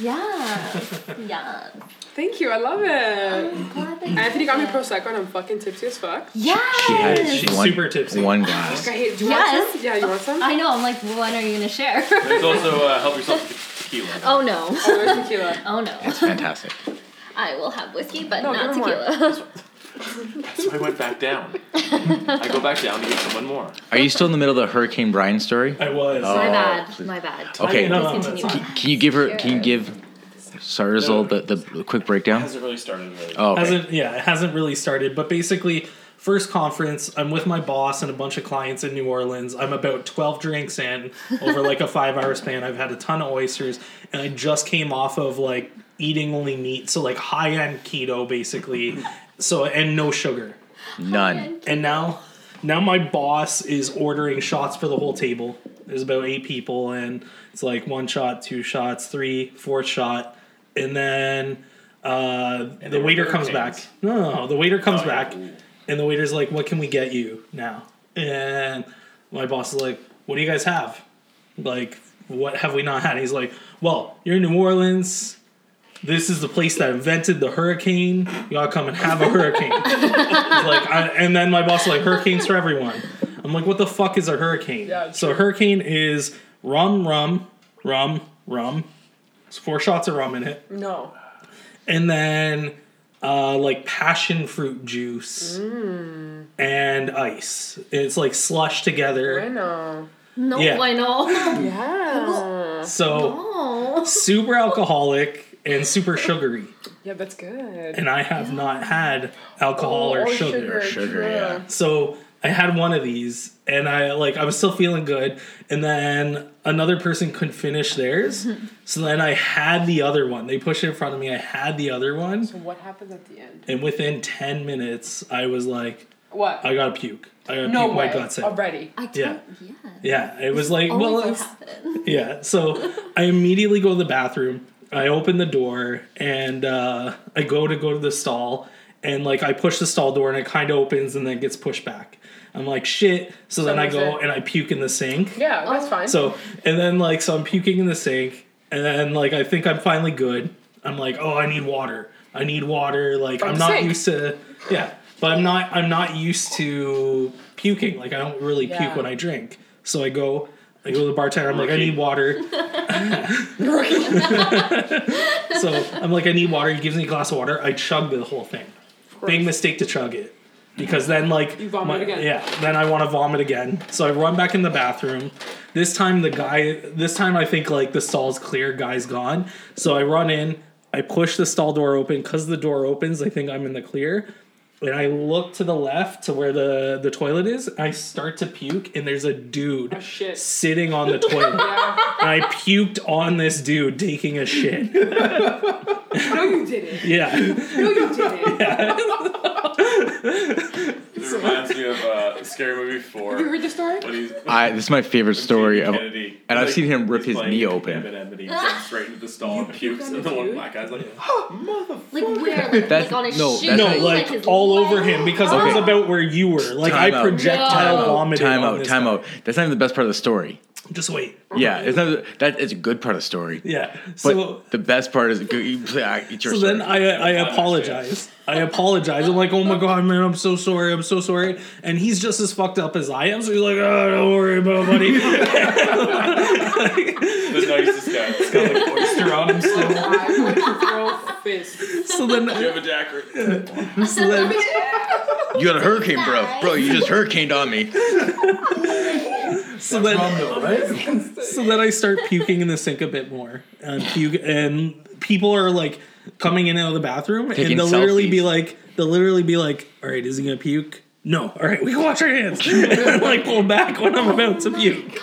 Yeah. yeah.
Thank you. I love it.
I'm glad that you
Anthony got me
did that.
prosecco, and I'm fucking tipsy as fuck.
Yes.
She had
She's
one,
super tipsy.
One glass.
I hate. Do you want
Yes.
some? Yeah, you want some?
I know. I'm like, when are you gonna share?
There's also uh, help yourself to tequila.
oh no.
There's tequila.
Oh no.
It's fantastic.
I will have whiskey, but
No,
not
give her
tequila.
So I went back down. I go back down to get someone more.
Are you still in the middle of the Hurricane Brian story?
I was.
Oh.
my bad.
please.
My bad.
Okay.
No, no,
Please
that's
continue.
Can you give her? Can you give Sar Rizzle the, the quick
It
breakdown?
hasn't really started really.
Oh, okay.
hasn't yeah it hasn't really started but basically first conference i'm with my boss and a bunch of clients in new orleans i'm about 12 drinks in over like a five hour span i've had a ton of oysters and i just came off of like eating only meat so like high end keto basically so and no sugar
none.
and now now my boss is ordering shots for the whole table there's about eight people and it's like one shot two shots three fourth shot and then uh, the
they were
waiter comes back
hurricanes.
no, no, no the waiter comes
Oh, yeah.
back and the waiter's like what can we get you now and my boss is like what do you guys have like what have we not had he's like well you're in new orleans this is the place that invented the hurricane. You gotta come and have a hurricane. It's like, I, and then my boss was like hurricanes for everyone. I'm like, what the fuck is a hurricane?
Yeah,
so a hurricane is rum, rum, rum, rum. It's four shots of rum in it,
No.
and then uh, like passion fruit juice, and ice. It's like slush
I
together.
know.
No,
Yeah.
I know.
Yeah.
So
Oh.
super alcoholic and super sugary.
Yeah, that's good.
And I have not had alcohol
Oh,
or sugar.
sugar,
true.
yeah.
So I had one of these and I like I was still feeling good and then another person couldn't finish theirs. so then I had the other one. They pushed it in front of me. I had the other one
So what happens at the end?
and within 10 minutes I was like
What?
I got to puke. I got to
no
puke
way.
my guts out.
Already.
I
Yeah.
don't. Yeah.
Yeah, it was like well
Always what
it's,
happened.
yeah. So I immediately go to the bathroom. I open the door and uh, I go to go to the stall and like I push the stall door and it kind of opens and then gets pushed back. I'm like shit. So, then I
Someone's
go
there.
and I puke in the sink.
Yeah, that's
Oh.
fine.
So and then like so I'm puking in the sink and then like I think I'm finally good. I'm like oh I need water. I need water. Like
From
I'm
the
not
sink.
used to yeah, but I'm not I'm not used to puking. Like I don't really
Yeah.
puke when I drink. So I go I go to the bartender. I'm like I need water. So I'm like, I need water. He gives me a glass of water. I chug the whole thing. Big mistake to chug it. Because then, like,
You vomit again.
Yeah, then I want to vomit again. So I run back in the bathroom. This time, the guy, this time I think, like, the stall's clear, guy's gone. So I run in, I push the stall door open. Because the door opens, I think I'm in the clear. And I look to the left to where the, the toilet is. I start to puke, and there's a dude
Oh, shit.
sitting on the toilet.
Yeah.
And I puked on this dude taking a shit.
no, you didn't.
Yeah.
No, you didn't.
This reminds me of uh, Scary Movie
Have you
4.
heard the story?
When he's,
I, this is my favorite story of
Kennedy.
and I've seen him rip
he's
his
playing
knee open.
Eminem and he jumps right into the stall and pukes, and
on a
the one
dude?
black guy's like,
Like where? Like,
That's-
like on his
no,
shoes?
that's-
No,
Like,
like,
his
all
leg?
over him because I was
Okay.
about where you were. Like
Time
I
out.
projectile
Time out,
vomited.
time
on
out,
this
time
guy.
out. That's not even the best part of the story.
Just wait.
Yeah, it's not that. It's a good part of the story.
Yeah.
But
So
the best part is you play, ah, it's your
so
story.
then I I
understand.
apologize. I apologize. I'm like, oh my god, man, I'm so sorry. I'm so sorry. And he's just as fucked up as I am. So he's like, oh, don't worry about it, buddy.
the nicest guy. He's got like,
Oyster on him still.
I would throw fists.
so then,
you have a dagger.
so then
you got a hurricane, bro. Bro, you just hurricaned on me.
so then
Wrong though, right?
so then I start puking in the sink a bit more, and puke, and people are like coming in and out of the bathroom,
Taking
and they'll literally be
selfies.
like, they'll literally be like, "All right, is he gonna puke?" No. All right, we can wash our hands, and like pull back when I'm about to puke.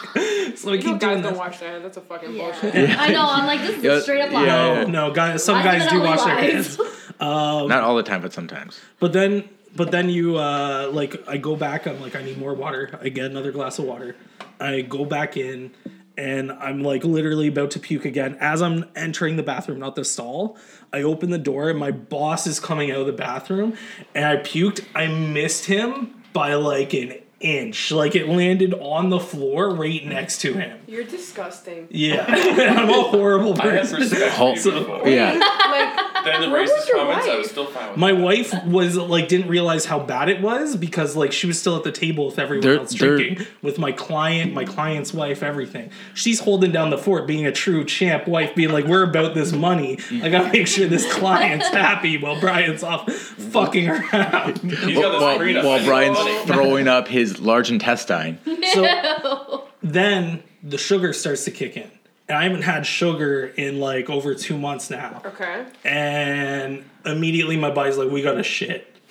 So I
You
keep doing
guys don't
this.
wash their hands. That's a fucking
Yeah.
bullshit.
I know. I'm like this is
Yeah,
a straight up
yeah,
lie.
yeah.
No, no, guys. Some
Why
guys
even
do
are we
wash their
lies?
hands.
Not all the time, but sometimes.
But then, but then you uh, like I go back. I'm like I need more water. I get another glass of water. I go back in, and I'm like literally about to puke again. As I'm entering the bathroom, not the stall, I open the door and my boss is coming out of the bathroom, and I puked. I missed him by like an inch. Like it landed on the floor right next to him.
You're disgusting.
Yeah, I'm a horrible
I have
person.
respect for you
Also-
before.
Yeah,
Like,
Then the
Where was
racist
your
comments, I
wife?
was still fine with
My
that.
wife was like didn't realize how bad it was because like she was still at the table with everyone
They're-
else
they're-
drinking with my client, my client's wife, everything. She's holding down the fort, being a true champ wife, being like, "We're about this money. I gotta make sure this client's happy while Brian's off fucking around."
He's got
while,
this freedom.
while
He's
Brian's
funny.
throwing up his large intestine.
So then the sugar starts to kick in, and I haven't had sugar in like over two months now.
okay.
and immediately my body's like, we got to shit.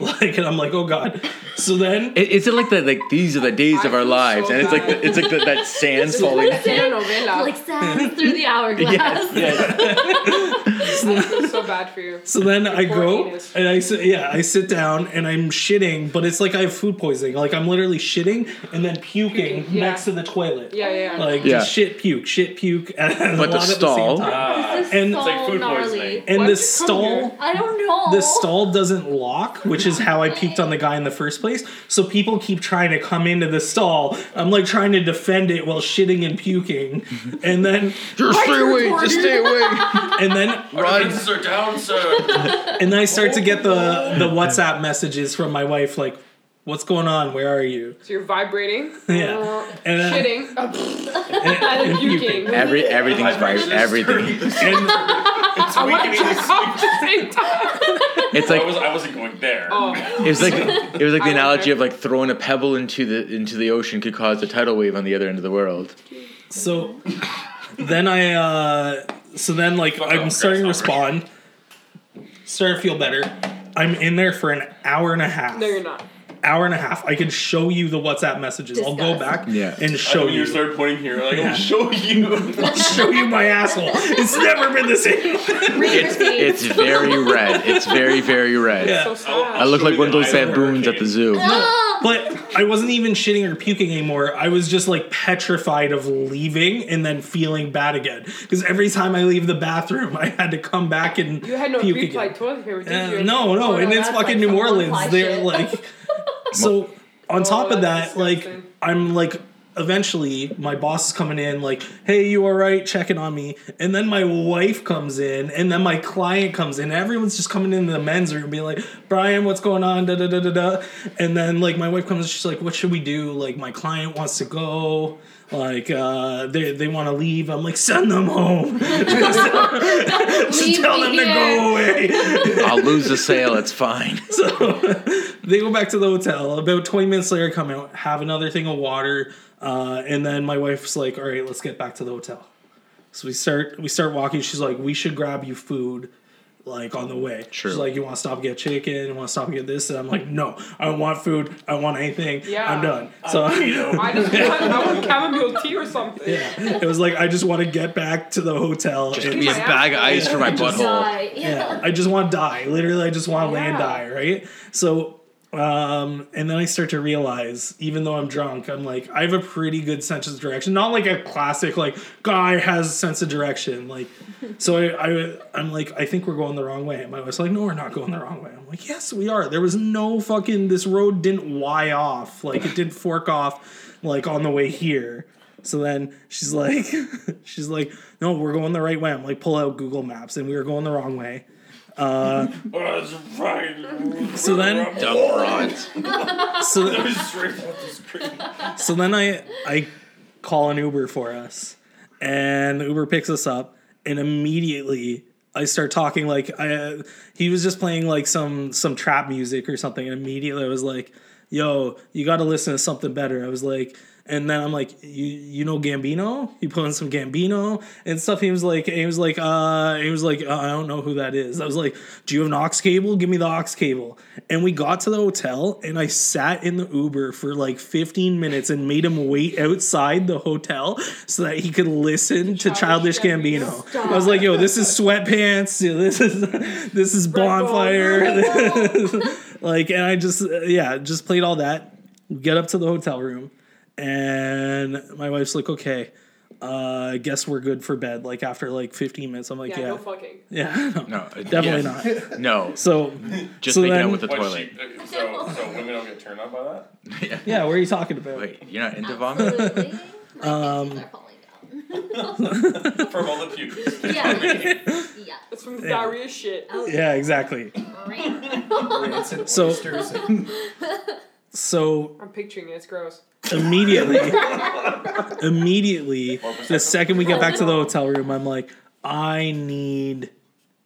Like, and I'm like, oh god. So then,
It, is it like that? Like these are the days
I
of our
feel
lives,
so
and it's like
bad.
the, it's like the, that sand
It's like
falling.
a telenovela.
Like sands through the hourglass.
It's so bad for you.
so then I
Poor
go
anus.
and I sit, yeah, I sit down and I'm shitting, but it's like I have food poisoning. Like I'm literally shitting and then puking
Puking, yeah.
next to the toilet.
Yeah, yeah. yeah.
Like
Yeah.
just shit, puke, shit, puke, and
But the stall-
This is
And-
so
It's
like food
gnarly.
poisoning.
and
Why'd
the
you come here?
stall.
I don't know.
the stall doesn't lock, which is how I peeked on the guy in the first place. So people keep trying to come into the stall. I'm like trying to defend it while shitting and puking, and then
Just stay away! Just stay away!
and then
Our
Run!
defenses are down, sir.
and then I start to get the the WhatsApp messages from my wife like, "What's going on? Where are you?"
So you're vibrating.
Yeah.
Oh.
Uh,
And then-
shitting. Uh, and puking.
Every everything's right. Everything.
And
I want to jerk off at the same time.
It's
I,
like
was, I wasn't going there.
Oh,
it was like it was like the
I
analogy
wonder.
of like throwing a pebble into the into the ocean could cause a tidal wave on the other end of the world.
So then I uh so then like
Fuck
I'm
off,
starting to
grasshopper.
respond. Starting to feel better. I'm in there for an hour and a half.
no, you're not.
Hour and a half. I can show you the WhatsApp messages. I'll go back
Disgusting.
Yeah.
and
I
show
mean, you
you.
started pointing here, like, I'll show you.
show you my asshole. It's never been the same.
Read
It's it's very red. It's very very red.
So
I
sad.
look
Show me
like one of
the
those
eye of a
baboons at the
hurricane.
zoo.
Ah!
But I wasn't even shitting or puking anymore. I was just like petrified of leaving and then feeling bad again. Because every time I leave the bathroom, I had to come back and
You had no
puke
pre-ply
again.
toilet paper, did
Uh,
you?
no, no,
Oh, no,
and it's
that's
fucking
like
New
some
Orleans.
one-ply
They're
shit.
like, so on
Oh,
top of that,
that's
like
disgusting.
I'm like, eventually my boss is coming in, like, hey, you all right? Checking on me, and then my wife comes in, and then my client comes in. Everyone's just coming in the men's room, being like, Brian, what's going on? Da da da da da. And then like my wife comes, she's like, what should we do? Like my client wants to go. Like uh, they they want to leave. I'm like, send them home.
Leave
Tell them
me
to
here.
go away.
I'll lose the sale. It's fine.
they go back to the hotel. About 20 minutes later, come out, have another thing of water, uh, and then my wife's like, "All right, let's get back to the hotel." So we start we start walking. She's like, "We should grab you food." Like on the way,
True.
she's like, "You want to stop and get chicken? You want to stop and get this?" And I'm like, "No, I don't want food. I don't want anything.
Yeah.
I'm done." So
I just want, I want chamomile tea or something.
it was like, I just want to get back to the hotel.
Just
and-
give me a bag of ice for my butthole.
Die.
yeah,
Yeah.
I just want to die. Literally, I just want to lay and
Yeah.
die, right? So, um, and then I start to realize, even though I'm drunk, I'm like, I have a pretty good sense of direction. Not like a classic, like, guy has a sense of direction. Like, so I, I, I'm like, I think we're going the wrong way. And my wife's like, no, we're not going the wrong way. I'm like, yes, we are. There was no fucking, this road didn't Y off. Like, it didn't fork off, like, on the way here. So then she's like, she's like, no, we're going the right way. I'm like, pull out Google Maps, and we were going the wrong way.
Oh, it's fine.
So then,
Dumb broads.
so,
It's straight off the screen.
so then I I call an Uber for us, and the Uber picks us up, and immediately I start talking like I he was just playing like some some trap music or something, and immediately I was like, "Yo, you got to listen to something better." I was like. And then I'm like, you you know Gambino? You put in some Gambino and stuff. He was like, he was like, uh, he was like, uh, I don't know who that is. I was like, do you have an aux cable? Give me the aux cable. And we got to the hotel and I sat in the Uber for like 15 minutes and made him wait outside the hotel so that he could listen to Childish
Childish
Gambino.
Gambino.
I was like, yo, this is sweatpants. Yo, This is this is
Bull,
bonfire.
Red Bull.
like, and I just uh, yeah, just played all that. Get up to the hotel room, and my wife's like, okay. Uh, I guess we're good for bed. Like after like 15 minutes, I'm like,
yeah,
yeah,
no fucking.
yeah, no,
No,
definitely not.
not. No,
So,
just
So
making
then-
out with the
What,
toilet.
she, uh, so, so women don't get turned on by that?
yeah, what are you talking about?
Wait, you're not into vomit?
Absolutely. My um, are falling down.
From all the puke.
Yeah. yeah.
It's from the diarrhea shit.
Oh,
Yeah, exactly.
great.
So,
Oysters.
so
I'm picturing it. It's gross.
immediately immediately the
percent.
second we get back to the hotel room i'm like i need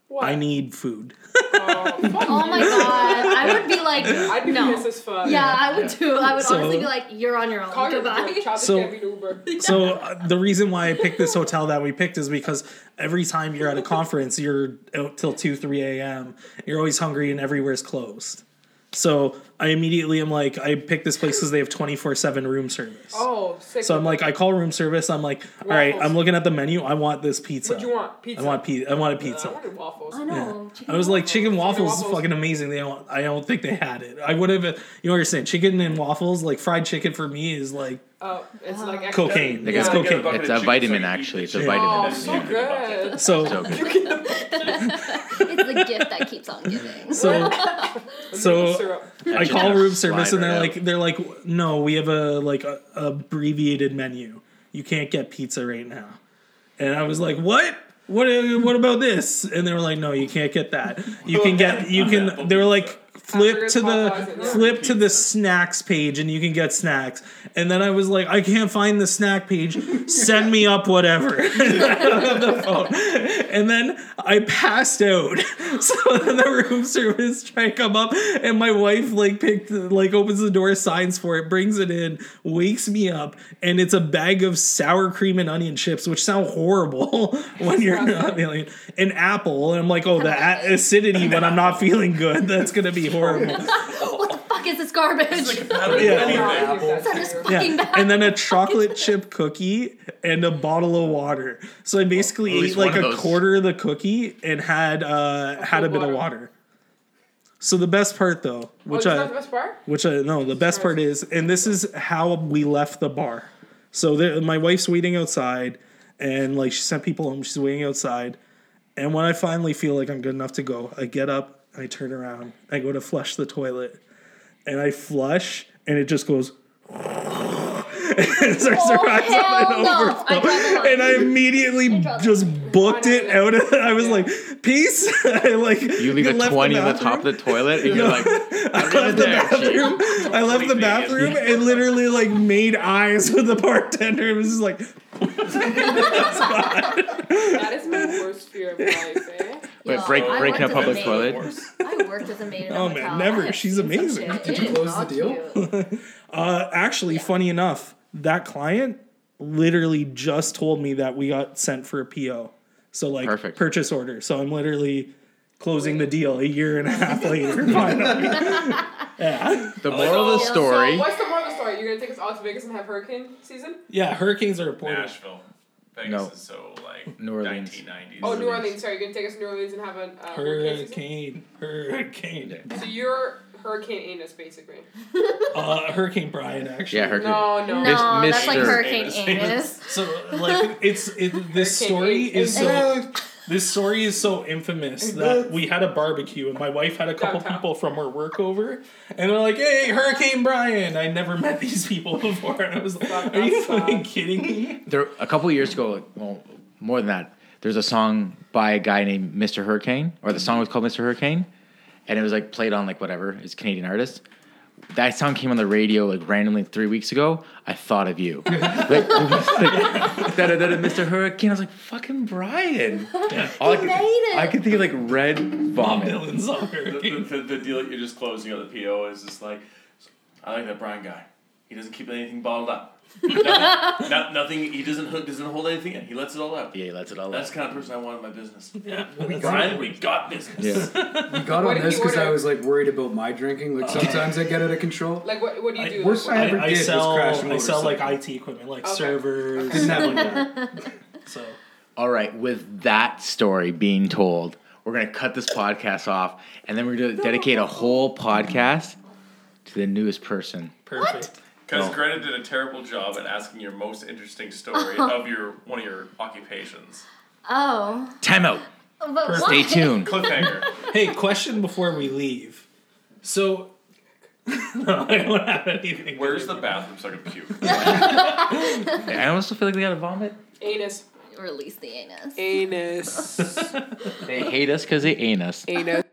What?
i need food
Oh, fuck.
Oh my god. I would be like,
I'd be
no.
pissed as fuck.
Yeah, I would
Yeah.
too. I would
So-
honestly be like, you're on your own.
Call your Uber.
Goodbye.
Childish
So-
Gambino Uber.
so uh, the reason why i picked this hotel that we picked is because every time you're at a conference you're out till 2 3 a.m you're always hungry and everywhere's closed so i immediately am like i picked this place because they have 24-7 room service
Oh, sick.
so i'm like i call room service i'm like all right
Waffles.
i'm looking at the menu i want this pizza
what do you want? Pizza.
i want pizza i want a
Uh, I
pizza
wanted waffles.
I know.
I was like, chicken waffles, is
waffles.
fucking amazing. They don't, I don't think they had it. I would have, you know what I'm saying? Chicken and waffles, like fried chicken for me is like
Oh, it's
Uh,
like extra.
cocaine.
They
It's
got-
cocaine.
Bucket
It's
of
a
chicken,
vitamin,
so you
actually.
eat
It's a
the
vitamin.
Oh,
in
so
there.
good.
So,
It's okay.
It's the gift that keeps on giving.
so, so
Syrup.
I call room service
Slide
and they're
right
like,
out.
they're like, no, we have a like a, abbreviated menu. You can't get pizza right now. And I was like, what? What, what about this? And they were like, no, you can't get that. You can get, you can, they were like, flip
Hamburgers,
to the
Popeyes, and-
flip to the snacks page and you can get snacks. And then I was like, I can't find the snack page. Send me up whatever. And I hung up the phone. and then I passed out. So then the room service tried to come up, and my wife like picked like opens the door, signs for it, brings it in, wakes me up, and it's a bag of sour cream and onion chips, which sound horrible when you're not feeling an apple. And I'm like, oh, the a- acidity when I'm not feeling good, that's gonna be horrible.
what the fuck is this garbage?
Yeah.
that is
Yeah.
fucking bad.
and then a chocolate chip cookie and a bottle of water. So I basically
At least
ate like
one of
a
those.
quarter of the cookie and had uh, had a bit of
water.
water. So the best part though, which
oh,
I
that's not the best part?
which I no, the best part is, and this is how we left the bar. So there, my wife's waiting outside, and like she sent people home, she's waiting outside. And when I finally feel like I'm good enough to go, I get up, I turn around, I go to flush the toilet, and I flush, and it just goes. and it starts to
Oh,
rise up
hell
and
no.
overflow.
I draw the line.
and I immediately
draw the
just booked it out. Of, I was like, "Peace!" I like
You leave a
left
twenty on the
bathroom.
top of the toilet, and you're like, "I'm
left
going
the
there." Chief."
bathroom. I left the bathroom and literally like made eyes with the bartender. It was just like,
That is my worst fear of life, eh?
Wait,
Yo,
break
I
breaking
worked
up
as a
public
maid.
toilet.
I worked as a maid.
Oh, man, never. She's amazing.
Did you
close the deal?
uh, actually, funny enough, that client literally just told me that we got sent for a PO. So like
Perfect.
purchase order. So I'm literally closing the deal a year and a half later. finally.
The moral of the
So-
story.
What's the moral of the story? You're gonna take us all to Vegas and have hurricane season?
yeah, hurricanes are important.
Nashville. Vegas
No.
is so like
New Orleans.
1990s.
Oh, New Orleans. Sorry, you're gonna take us to New Orleans and have a uh, hurricane season.
Hurricane, hurricane,
So you're hurricane anus, basically.
uh, Hurricane Brian actually.
Yeah, her.
No, no.
No,
Miss-
that's like
Mr.
Hurricane
Anus.
Anus.
So like it's it, this
Hurricane
story
Anus.
is so this story is so infamous that we had a barbecue and my wife had a couple
Downtown.
people from her work over and they're like, "Hey, Hurricane Brian!" I never met these people before, and I was like,
Fuck,
"Are you
that's
fucking
sad.
kidding me?"
There, a couple years ago, like, well, more than that, there's a song by a guy named Mr. Hurricane, or the song was called Mr. Hurricane, and it was like played on like whatever. It's a Canadian artist. That song came on the radio like randomly three weeks ago. I thought of you. like, it was, like, da, da, da, da, Mr. Hurricane. I was like, fucking Brian. All I, could,
made it.
I could think of like red vomit.
Dylan's on
The, the,
hurricane.
the, the deal that you're just closing on the PO is just like, I like that Brian guy. He doesn't keep anything bottled up. nothing, not, nothing. He doesn't hook- doesn't hold anything in. He lets it all out.
Yeah, that's it all.
That's
That's
the kind of person I want in my business.
Yeah,
Brian, we got business.
yeah.
I got
What
on
did
this
you
because I
order? Oh.
was like worried about my drinking. Like sometimes I get out of control.
Like, what, what do you
I-
do?
worst
Like,
I ever
I, I
did was
sell
crash a
I sell like
motorcycle.
IT equipment, like
Okay.
servers,
Okay.
stuff like that. So
All right, with that story being told, we're going to cut this podcast off and then we're going to dedicate a whole podcast to the newest person.
perfect.
Because
No.
Greta did a terrible job at asking your most interesting story of your one of your occupations.
Oh,
Time out.
but
Perfect.
Stay
why?
tuned.
Cliffhanger.
Hey, question before we leave. So, no, I don't have anything.
Where's the bathroom so I can puke?
I also feel like they got to vomit.
anus.
Release the anus.
Anus.
They hate us because they ain't us.
Anus.